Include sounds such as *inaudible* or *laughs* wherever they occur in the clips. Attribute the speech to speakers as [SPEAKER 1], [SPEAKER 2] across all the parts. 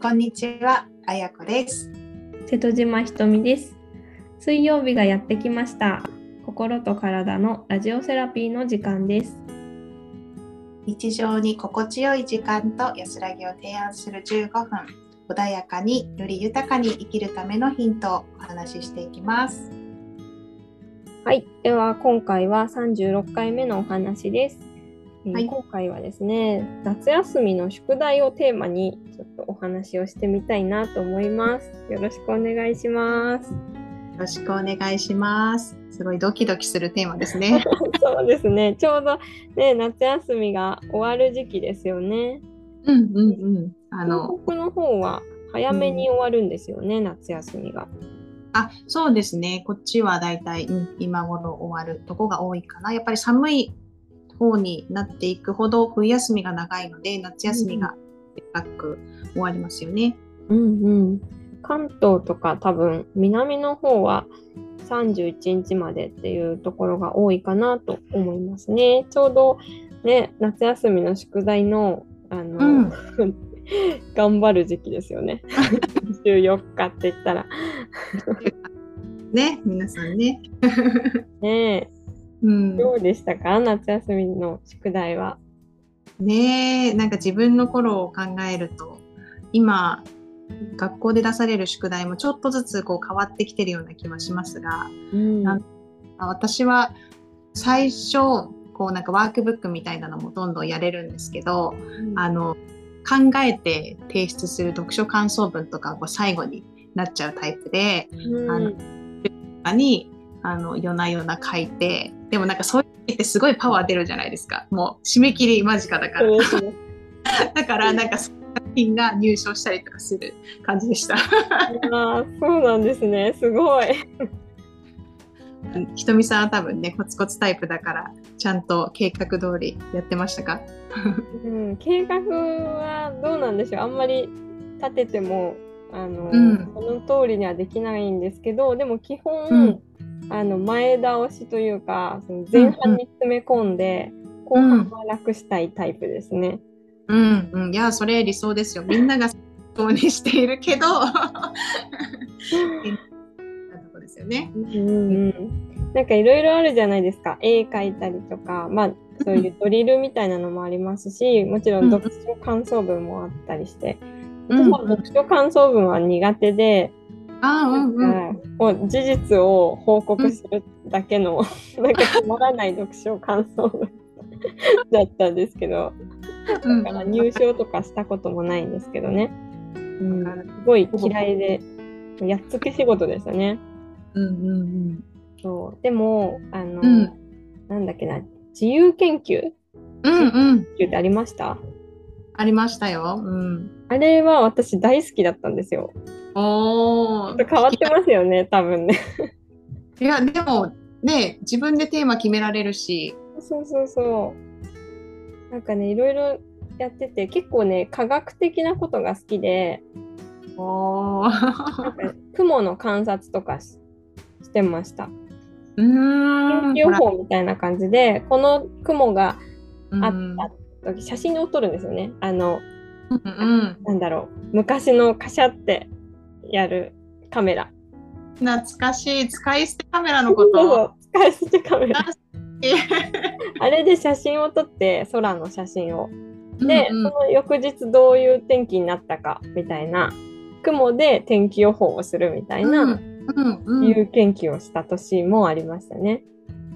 [SPEAKER 1] こんにちは、あやこです。
[SPEAKER 2] 瀬戸島ひとみです。水曜日がやってきました。心と体のラジオセラピーの時間です。
[SPEAKER 1] 日常に心地よい時間と安らぎを提案する15分、穏やかにより豊かに生きるためのヒントをお話ししていきます。
[SPEAKER 2] はい、では今回は36回目のお話です。えー
[SPEAKER 1] はい
[SPEAKER 2] 今回はですね、夏休みの宿題をテーマにちょっとお話をしてみたいなと思います。よろしくお願いします。
[SPEAKER 1] よろしくお願いします。すごいドキドキするテーマです *laughs* ね。
[SPEAKER 2] *laughs* そうですね、ちょうどね夏休みが終わる時期ですよね。
[SPEAKER 1] うんうんうん。あの、
[SPEAKER 2] 東北の方は早めに終わるんですよね、夏休みが。
[SPEAKER 1] あ、そうですね。こっちはだいたい、うん、今頃終わるとこが多いかな。やっぱり寒い方になっていくほど冬休みが長いので、夏休みが短く終わりますよね。
[SPEAKER 2] うんうん、関東とか多分南の方は31日までっていうところが多いかなと思いますね。ちょうどね夏休みの宿題のあの、
[SPEAKER 1] うん。
[SPEAKER 2] *laughs* 頑張る時期ですよね。14日って言ったら。
[SPEAKER 1] ね、皆さんね。
[SPEAKER 2] ね
[SPEAKER 1] うん
[SPEAKER 2] え、どうでしたか夏休みの宿題は。
[SPEAKER 1] ねえなんか自分の頃を考えると今学校で出される宿題もちょっとずつこう変わってきてるような気はしますが
[SPEAKER 2] うん
[SPEAKER 1] なんあ私は最初こうなんかワークブックみたいなのもどんどんやれるんですけどあの考えて提出する読書感想文とかはこう最後になっちゃうタイプで
[SPEAKER 2] うん
[SPEAKER 1] あの他にあの夜な夜な書いてでもなんかそういう時ってすごいパワー出るじゃないですかもう締め切り間近だから。
[SPEAKER 2] そうですね
[SPEAKER 1] だからなんか作品が入賞したりとかする感じでした。
[SPEAKER 2] あーそうなんですね。すごい。
[SPEAKER 1] *laughs* ひとみさんは多分ねコツコツタイプだからちゃんと計画通りやってましたか？
[SPEAKER 2] うん、計画はどうなんでしょうあんまり立ててもあの、
[SPEAKER 1] うん
[SPEAKER 2] その通りにはできないんですけどでも基本、
[SPEAKER 1] うん
[SPEAKER 2] あの前倒しというかその前半に詰め込んで、後半は楽したいタイプですね。
[SPEAKER 1] うんうんいやそれ理想ですよ。みんながそうにしているけど *laughs* なとこですよね。
[SPEAKER 2] うんうんなんかいろいろあるじゃないですか絵描いたりとか、まあ、そういうドリルみたいなのもありますしもちろん読書感想文もあったりして、
[SPEAKER 1] うん、
[SPEAKER 2] 私は読書感想文は苦手で。
[SPEAKER 1] あうんうん。
[SPEAKER 2] もう事実を報告するだ
[SPEAKER 1] *laughs*
[SPEAKER 2] けの、なんかつまらない読書感想文だったんですけど、
[SPEAKER 1] うん
[SPEAKER 2] だから入賞とかしたこともないんですけどね、うん、
[SPEAKER 1] わか
[SPEAKER 2] す
[SPEAKER 1] る
[SPEAKER 2] ごい嫌いで、やっつけ仕事でしたね。
[SPEAKER 1] うんうん
[SPEAKER 2] そうでもあの、
[SPEAKER 1] うん
[SPEAKER 2] なんだっけな、自由研究
[SPEAKER 1] うんうんうん
[SPEAKER 2] 研究ってありました
[SPEAKER 1] ありましたよ。うん。
[SPEAKER 2] あれは私大好きだったんですよ。
[SPEAKER 1] お
[SPEAKER 2] ちょ
[SPEAKER 1] お
[SPEAKER 2] っと。変わってますよね、多分ね。
[SPEAKER 1] いやでもね自分でテーマ決められるし。
[SPEAKER 2] そうそうそう。なんかね、いろいろやってて、結構ね、科学的なことが好きで、
[SPEAKER 1] おお。
[SPEAKER 2] なんか雲の観察とかししてました。
[SPEAKER 1] *laughs* うー
[SPEAKER 2] 天
[SPEAKER 1] ん。
[SPEAKER 2] 気予報みたいな感じで、この雲が
[SPEAKER 1] うん
[SPEAKER 2] あった時、写真を撮るんですよね。あの、
[SPEAKER 1] うん
[SPEAKER 2] なんだろう、昔のカシャってやるカメラ。
[SPEAKER 1] うん、懐かしい使い捨てカメラの
[SPEAKER 2] そ
[SPEAKER 1] こ
[SPEAKER 2] うそ
[SPEAKER 1] と。
[SPEAKER 2] う、使い捨てカメラ。
[SPEAKER 1] え
[SPEAKER 2] あれで写真を撮って、空の写真を。で、
[SPEAKER 1] うんうん
[SPEAKER 2] その翌日どういう天気になったかみたいな雲で天気予報をするみたいな
[SPEAKER 1] うんうん
[SPEAKER 2] 自由研究をした年もありましたね。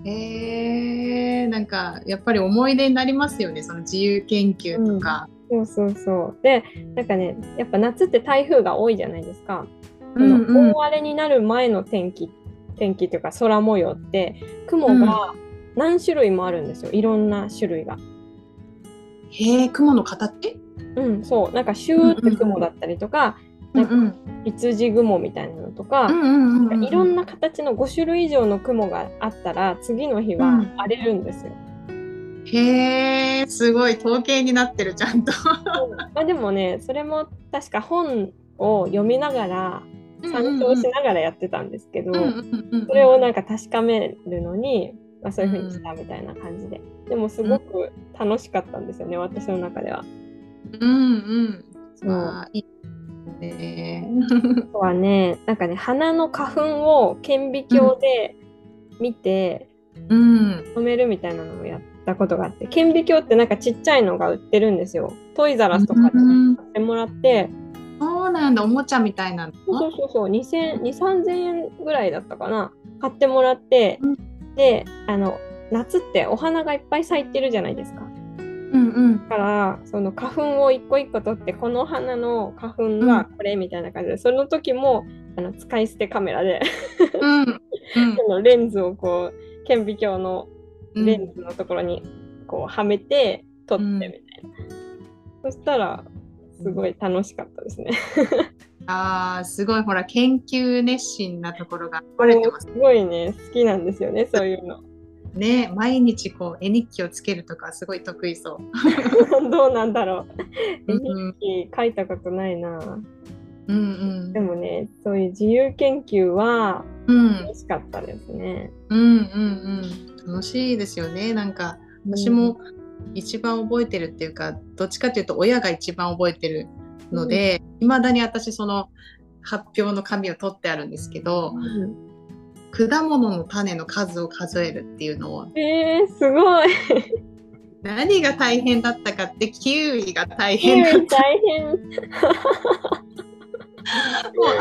[SPEAKER 1] えー、なんかやっぱり思い出になりますよねその自由研究とか。
[SPEAKER 2] そうそうそうでなんかねやっぱ夏って台風が多いじゃないですか。
[SPEAKER 1] うん
[SPEAKER 2] そ
[SPEAKER 1] うん
[SPEAKER 2] の大荒れになる前の天気天気というか空模様って雲が何種類もあるんですよいろんな種類が。
[SPEAKER 1] へえ雲の形
[SPEAKER 2] うんそうなんかシューって雲だったりとか
[SPEAKER 1] うんうん
[SPEAKER 2] 羊雲みたいなのとか。
[SPEAKER 1] うんうんうんうん
[SPEAKER 2] いろんな形の5種類以上の雲があったら次の日
[SPEAKER 1] う
[SPEAKER 2] は
[SPEAKER 1] ん
[SPEAKER 2] 荒れるんですよ。
[SPEAKER 1] へえすごい統計になってるちゃんと。
[SPEAKER 2] まあ、でもねそれも確か本を読みながら参照しながらやってたんですけど、
[SPEAKER 1] うんうんうん
[SPEAKER 2] それをなんか確かめるのに、まあ、そういうふうにしたみたいな感じで、でもすごく楽しかったんですよね私の中では。
[SPEAKER 1] うんうん
[SPEAKER 2] そう
[SPEAKER 1] あーいいえ
[SPEAKER 2] とはねなんかね花の花粉を顕微鏡で見て
[SPEAKER 1] ー、うん。
[SPEAKER 2] 止めるみたいなのもやったことがあって顕微鏡ってなんかちっちゃいのが売ってるんですよトイザらスとかで
[SPEAKER 1] うん
[SPEAKER 2] 買ってもらって
[SPEAKER 1] そうなんだ、おもちゃみたいなの。
[SPEAKER 2] そうそうそうそう20003000円ぐらいだったかな買ってもらって
[SPEAKER 1] う
[SPEAKER 2] であの夏ってお花がいっぱい咲いてるじゃないですか
[SPEAKER 1] うんうん。
[SPEAKER 2] だからその花粉を一個一個取ってこの花の花粉はこれみたいな感じで、その時もあの使い捨てカメラで *laughs*
[SPEAKER 1] うん。うん
[SPEAKER 2] そのレンズをこう顕微鏡の
[SPEAKER 1] うん
[SPEAKER 2] レンズのところにこうはめて撮ってみたいな、そしたらすごい楽しかったですね。
[SPEAKER 1] ああ、すごい、ほら、研究熱心なところが漏れてます
[SPEAKER 2] *laughs* すごいね好きなんですよねそういうの。 *laughs*
[SPEAKER 1] ね。毎日こう、絵日記をつけるとか、すごい得意そう。
[SPEAKER 2] どうなんだろう。絵
[SPEAKER 1] うんうん
[SPEAKER 2] 日記書いたことないな。
[SPEAKER 1] うん
[SPEAKER 2] でもね、そういう自由研究は
[SPEAKER 1] うん。うん
[SPEAKER 2] 楽しかったですね。
[SPEAKER 1] うんうんうん。楽しいですよね。なんか、私も一番覚えてるっていうか、どっちかというと、親が一番覚えてるので、いまだに私、その、発表の紙を取ってあるんですけど
[SPEAKER 2] う、ん、
[SPEAKER 1] 果物の種の数を数えるっていうのを
[SPEAKER 2] えー、すごい。
[SPEAKER 1] 何が大変だったかってキウイが大
[SPEAKER 2] キウ
[SPEAKER 1] 変だ
[SPEAKER 2] イ大変。
[SPEAKER 1] もう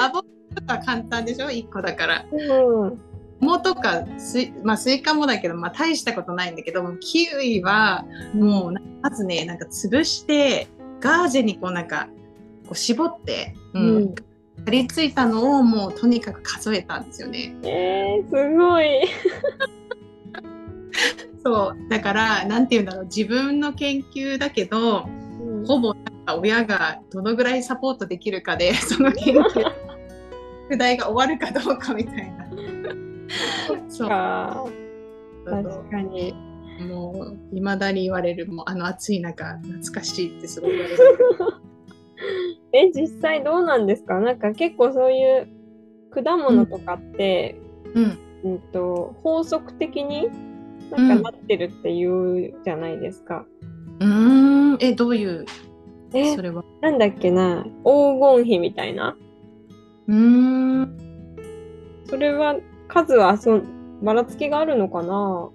[SPEAKER 1] アボカドとか簡単でしょ1個だから
[SPEAKER 2] うん、
[SPEAKER 1] 桃とかスイ,、まあ、スイカもだけど、まあ、大したことないんだけどキウイはもうまずねなんか潰してガーゼにこうなんかこう絞って、うん
[SPEAKER 2] うん
[SPEAKER 1] 貼り付いたのをもうとにかく数えたんですよね
[SPEAKER 2] えー、すごい。
[SPEAKER 1] そうだからなんて言うんだろう自分の研究だけどほぼなんか親がどのぐらいサポートできるか *laughs* でその研究宿題が終わるかどうかみたい *laughs* な。
[SPEAKER 2] そ
[SPEAKER 1] そうう
[SPEAKER 2] か確かに。
[SPEAKER 1] もういまだに言われるもうあの暑い中懐かしいってすごい言われる
[SPEAKER 2] え、実際どうなんですかなんか結構そういう果物とかって、
[SPEAKER 1] うん
[SPEAKER 2] うんと法則的になんかなってるっていうじゃないですか。
[SPEAKER 1] うーんえどういう
[SPEAKER 2] え
[SPEAKER 1] それは
[SPEAKER 2] なんだっけな黄金比みたいな
[SPEAKER 1] うーん
[SPEAKER 2] それは数はそばらつきがあるのかな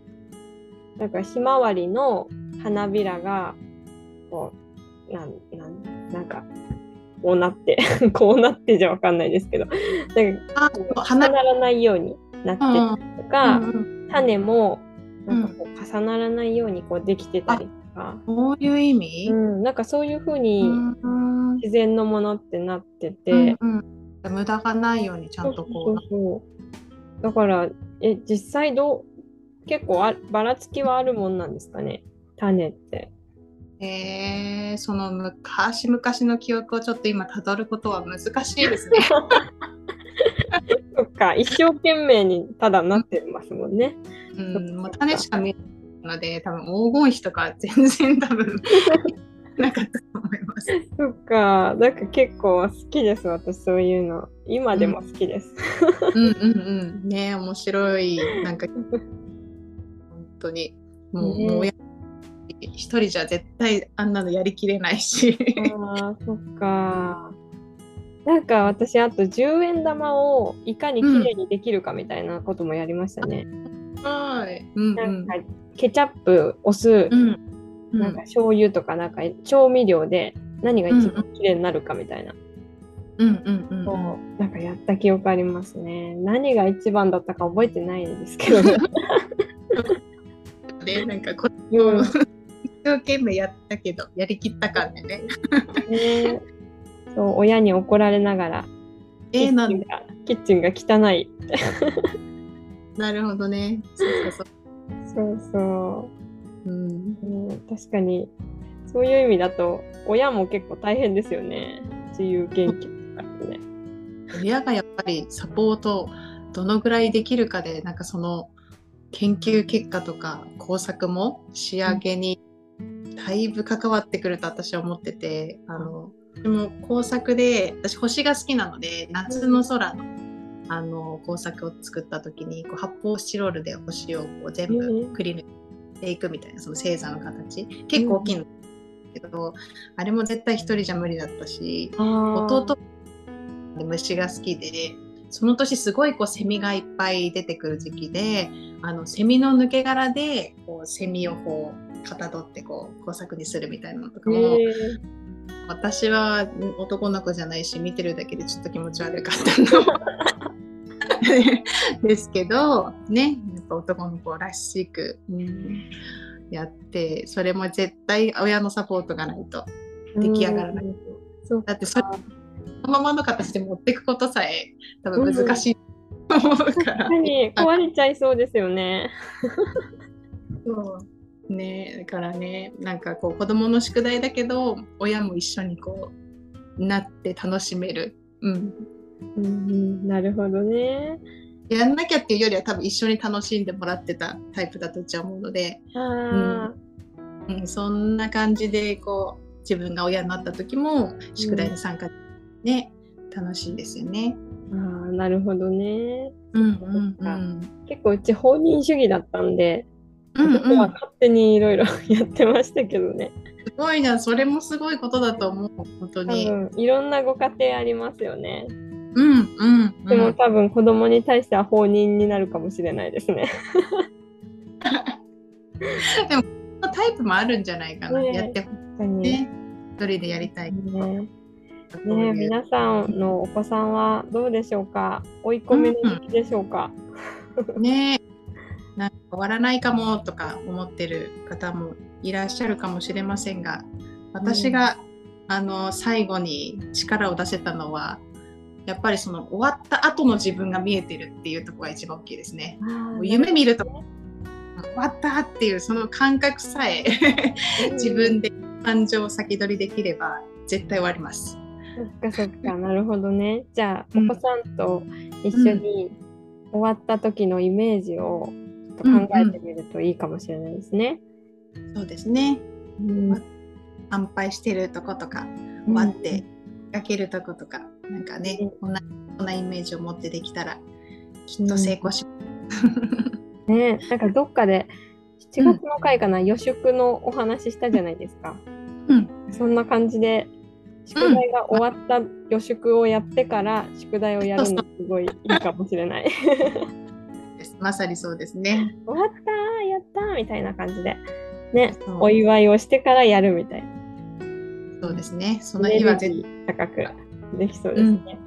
[SPEAKER 2] なんかひまわりの花びらがこうなんなんなんかこうなって *laughs* こうなってじゃわかんないですけどなんか
[SPEAKER 1] あ
[SPEAKER 2] 重
[SPEAKER 1] 花
[SPEAKER 2] ならないようになって
[SPEAKER 1] うん
[SPEAKER 2] たりとか、
[SPEAKER 1] うん
[SPEAKER 2] 種もなんかこう重ならないようにこうできてたりとか、
[SPEAKER 1] そういう意味
[SPEAKER 2] う、ん、なんかそういうふう
[SPEAKER 1] う
[SPEAKER 2] に
[SPEAKER 1] ーん
[SPEAKER 2] 自然のものってなってて。
[SPEAKER 1] うんうん無駄がないようにちゃんと
[SPEAKER 2] そ
[SPEAKER 1] こ
[SPEAKER 2] うそうそうだからえ実際どう結構あばらつきはあるもんなんですかね種って
[SPEAKER 1] うえー、その昔々の記憶をちょっと今たどることは難しいですね。
[SPEAKER 2] *laughs* そっか一生懸命にただなってますもんね
[SPEAKER 1] うん、もう種しか見えないので多分黄金比とか全然多
[SPEAKER 2] *laughs*
[SPEAKER 1] 分なかったと思います。
[SPEAKER 2] そっかなんか結構好きです私そういうの今でも好きです、
[SPEAKER 1] うんうんうん。ね面白い。なんか、本当に、もう、
[SPEAKER 2] ね
[SPEAKER 1] もうや一人じゃ絶対あんなのやりきれないし。
[SPEAKER 2] あーそっかなんか私あと10円玉をいかに綺麗にできるかみたいなこともやりましたね、
[SPEAKER 1] はい。うんう
[SPEAKER 2] なん
[SPEAKER 1] ん
[SPEAKER 2] か。ケチャップお酢、
[SPEAKER 1] うん。う
[SPEAKER 2] なんか醤油とかなんか調味料で何が一番綺麗になるかみたいな、
[SPEAKER 1] うんうんうん。
[SPEAKER 2] こうなんかやった記憶ありますね何が一番だったか覚えてないんですけど、
[SPEAKER 1] *laughs*
[SPEAKER 2] ね、
[SPEAKER 1] で、なんか、これ
[SPEAKER 2] う
[SPEAKER 1] を
[SPEAKER 2] ん
[SPEAKER 1] 一生懸命やったけど、やりきった感でね。
[SPEAKER 2] ねそう親に怒られながらキ
[SPEAKER 1] えー、
[SPEAKER 2] ッ
[SPEAKER 1] な
[SPEAKER 2] チ
[SPEAKER 1] ん
[SPEAKER 2] ンがキッチンが汚い
[SPEAKER 1] なるほどね。そうそうそ。
[SPEAKER 2] そうそう
[SPEAKER 1] うん。
[SPEAKER 2] う、うん確かにそういう意味だと親も結構大変ですよね自由研究とかってね
[SPEAKER 1] 親がやっぱりサポートをどのぐらいできるかでなんかその研究結果とか工作も仕上げにだいぶ関わってくると私は思っててあのでも工作で私星が好きなので夏の空のあの工作を作った時にこう発泡スチロールで星をこう全
[SPEAKER 2] う
[SPEAKER 1] 部
[SPEAKER 2] ん
[SPEAKER 1] くり抜いていくみたいなその星座の形結構大きいんだけどあれも絶対一人じゃ無理だったし
[SPEAKER 2] あー
[SPEAKER 1] 弟で虫が好きでその年すごいこうセミがいっぱい出てくる時期であのセミの抜け殻でこうセミをこうかたどってこう工作にするみたいなのとかも、私はん男の子じゃないし見てるだけでちょっと気持ち悪かったの *laughs* ですけどねやっぱ男の子らしく、うんやってそれも絶対親のサポートがないと出来上がらない。
[SPEAKER 2] そう
[SPEAKER 1] だってそれそのままの形で持っていくことさえ多分難しいと思うから。
[SPEAKER 2] 何壊れちゃいそうですよね。
[SPEAKER 1] そうねだからねなんかこう子供の宿題だけど親も一緒にこうなって楽しめる、うん、
[SPEAKER 2] うんうん、なるほどね。
[SPEAKER 1] やんなきゃっていうよりは多分一緒に楽しんでもらってたタイプだとうちは思うので、
[SPEAKER 2] あ
[SPEAKER 1] うん、そんな感じでこう自分が親になった時も宿題に参加、ね楽しいですよね。
[SPEAKER 2] ー、あーなるほどね。
[SPEAKER 1] うん
[SPEAKER 2] うんうん結構うち放任主義だったんで、
[SPEAKER 1] うん
[SPEAKER 2] 男は勝手にいろいろやってましたけどね。
[SPEAKER 1] すごいじゃんそれもすごいことだと思う本当
[SPEAKER 2] 多
[SPEAKER 1] に。
[SPEAKER 2] 分いろんなご家庭ありますよね。
[SPEAKER 1] うんうん、うん、
[SPEAKER 2] でも多分子供に対しては放任になるかもしれないですね。
[SPEAKER 1] タイプもあるんじゃないかな、
[SPEAKER 2] ね
[SPEAKER 1] やってほ
[SPEAKER 2] 確かに
[SPEAKER 1] しいね一人でやりたいとか
[SPEAKER 2] ね
[SPEAKER 1] こうい
[SPEAKER 2] ね
[SPEAKER 1] う
[SPEAKER 2] 皆さんのお子さんはどうでしょうか追い込みの時期でしょうか、
[SPEAKER 1] ねなんか終わらないかもとか思ってる方もいらっしゃるかもしれませんが私が、あの最後に力を出せたのはやっぱりその終わった後の自分が見えてるっていうところが一番大きいですね。もう夢見ると終わったっていうその感覚さえ自分で感情を先取りできれば絶対終わります。
[SPEAKER 2] そっかそっか *laughs* なるほどねじゃあ、
[SPEAKER 1] うん
[SPEAKER 2] お子さんと一緒に終わった時のイメージをちょっと考えてみるといいかもしれないですね。
[SPEAKER 1] そうですね。
[SPEAKER 2] うん
[SPEAKER 1] うん乾杯してるとことか終わってかけるとことか、なんかね、こんなこんなイメージを持ってできたらきっと成功します。
[SPEAKER 2] ねなんかどっかで7
[SPEAKER 1] うん
[SPEAKER 2] 月の回かな、予祝のお話したじゃないですか。
[SPEAKER 1] うん、
[SPEAKER 2] そんな感じで宿題が終わった予祝をやってから宿題をやるのすごいいいかもしれない。
[SPEAKER 1] です *laughs* まさにそうですね。
[SPEAKER 2] 終わったーやったーみたいな感じでね
[SPEAKER 1] そう
[SPEAKER 2] お祝いをしてからやるみたいな
[SPEAKER 1] そうですね。その日は
[SPEAKER 2] エネ
[SPEAKER 1] 絶
[SPEAKER 2] ルギー高くできそうですね、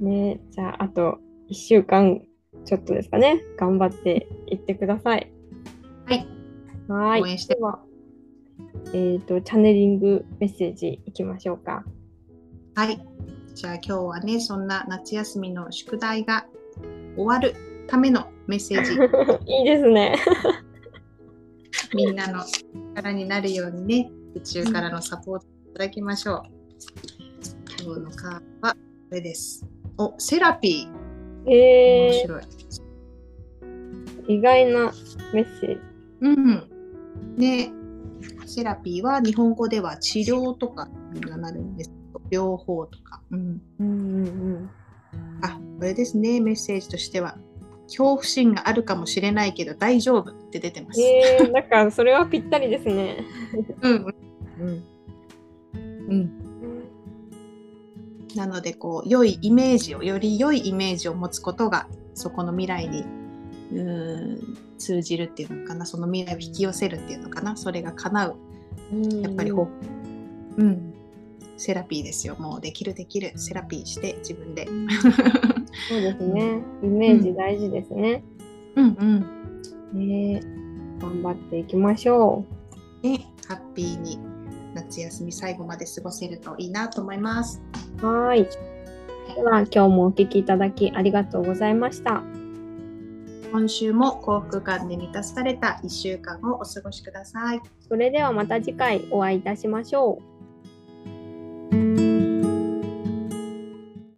[SPEAKER 1] 対
[SPEAKER 2] ねじゃああと1週間ちょっとですかね頑張っていってください
[SPEAKER 1] はい
[SPEAKER 2] はーい
[SPEAKER 1] 応援して
[SPEAKER 2] ではえっ、とチャネリングメッセージいきましょう
[SPEAKER 1] *laughs*
[SPEAKER 2] か
[SPEAKER 1] はい。じゃあ今日はね、そんな夏休みの宿題が終わるためのメッセージ、
[SPEAKER 2] いいですね
[SPEAKER 1] みんなの力になるようにね、宇宙からのサポートいただきましょう。今日のカードはこれです。お、セラピー。面
[SPEAKER 2] え
[SPEAKER 1] 白い。
[SPEAKER 2] ー、意外なメッセージ
[SPEAKER 1] うん。ね、セラピーは日本語では治療とかになるんですけど、療法とか。うん。
[SPEAKER 2] うんうん
[SPEAKER 1] あ、これですね、メッセージとしては。恐怖心があるかもしれないけど大丈夫って出てます。
[SPEAKER 2] えー、なんかそれはぴったりですね
[SPEAKER 1] うんうんうん、なのでこう良いイメージをより良いイメージを持つことがそこの未来にうーん通じるっていうのかなその未来を引き寄せるっていうのかなそれが叶うやっぱりほう、うん、セラピーですよもうできるできるセラピーして自分 *laughs* で
[SPEAKER 2] そうですね。イメージ大事ですね。
[SPEAKER 1] うんうん
[SPEAKER 2] ね頑張っていきましょ
[SPEAKER 1] ねハッピーに夏休み最後まで過ごせるといいなと思います
[SPEAKER 2] う。はーい。では、今日もお聞きいただきありがとうございました。
[SPEAKER 1] 今週も幸福感で満たされた1週間をお過ごしください
[SPEAKER 2] それではまた次回お会いいたしましょう。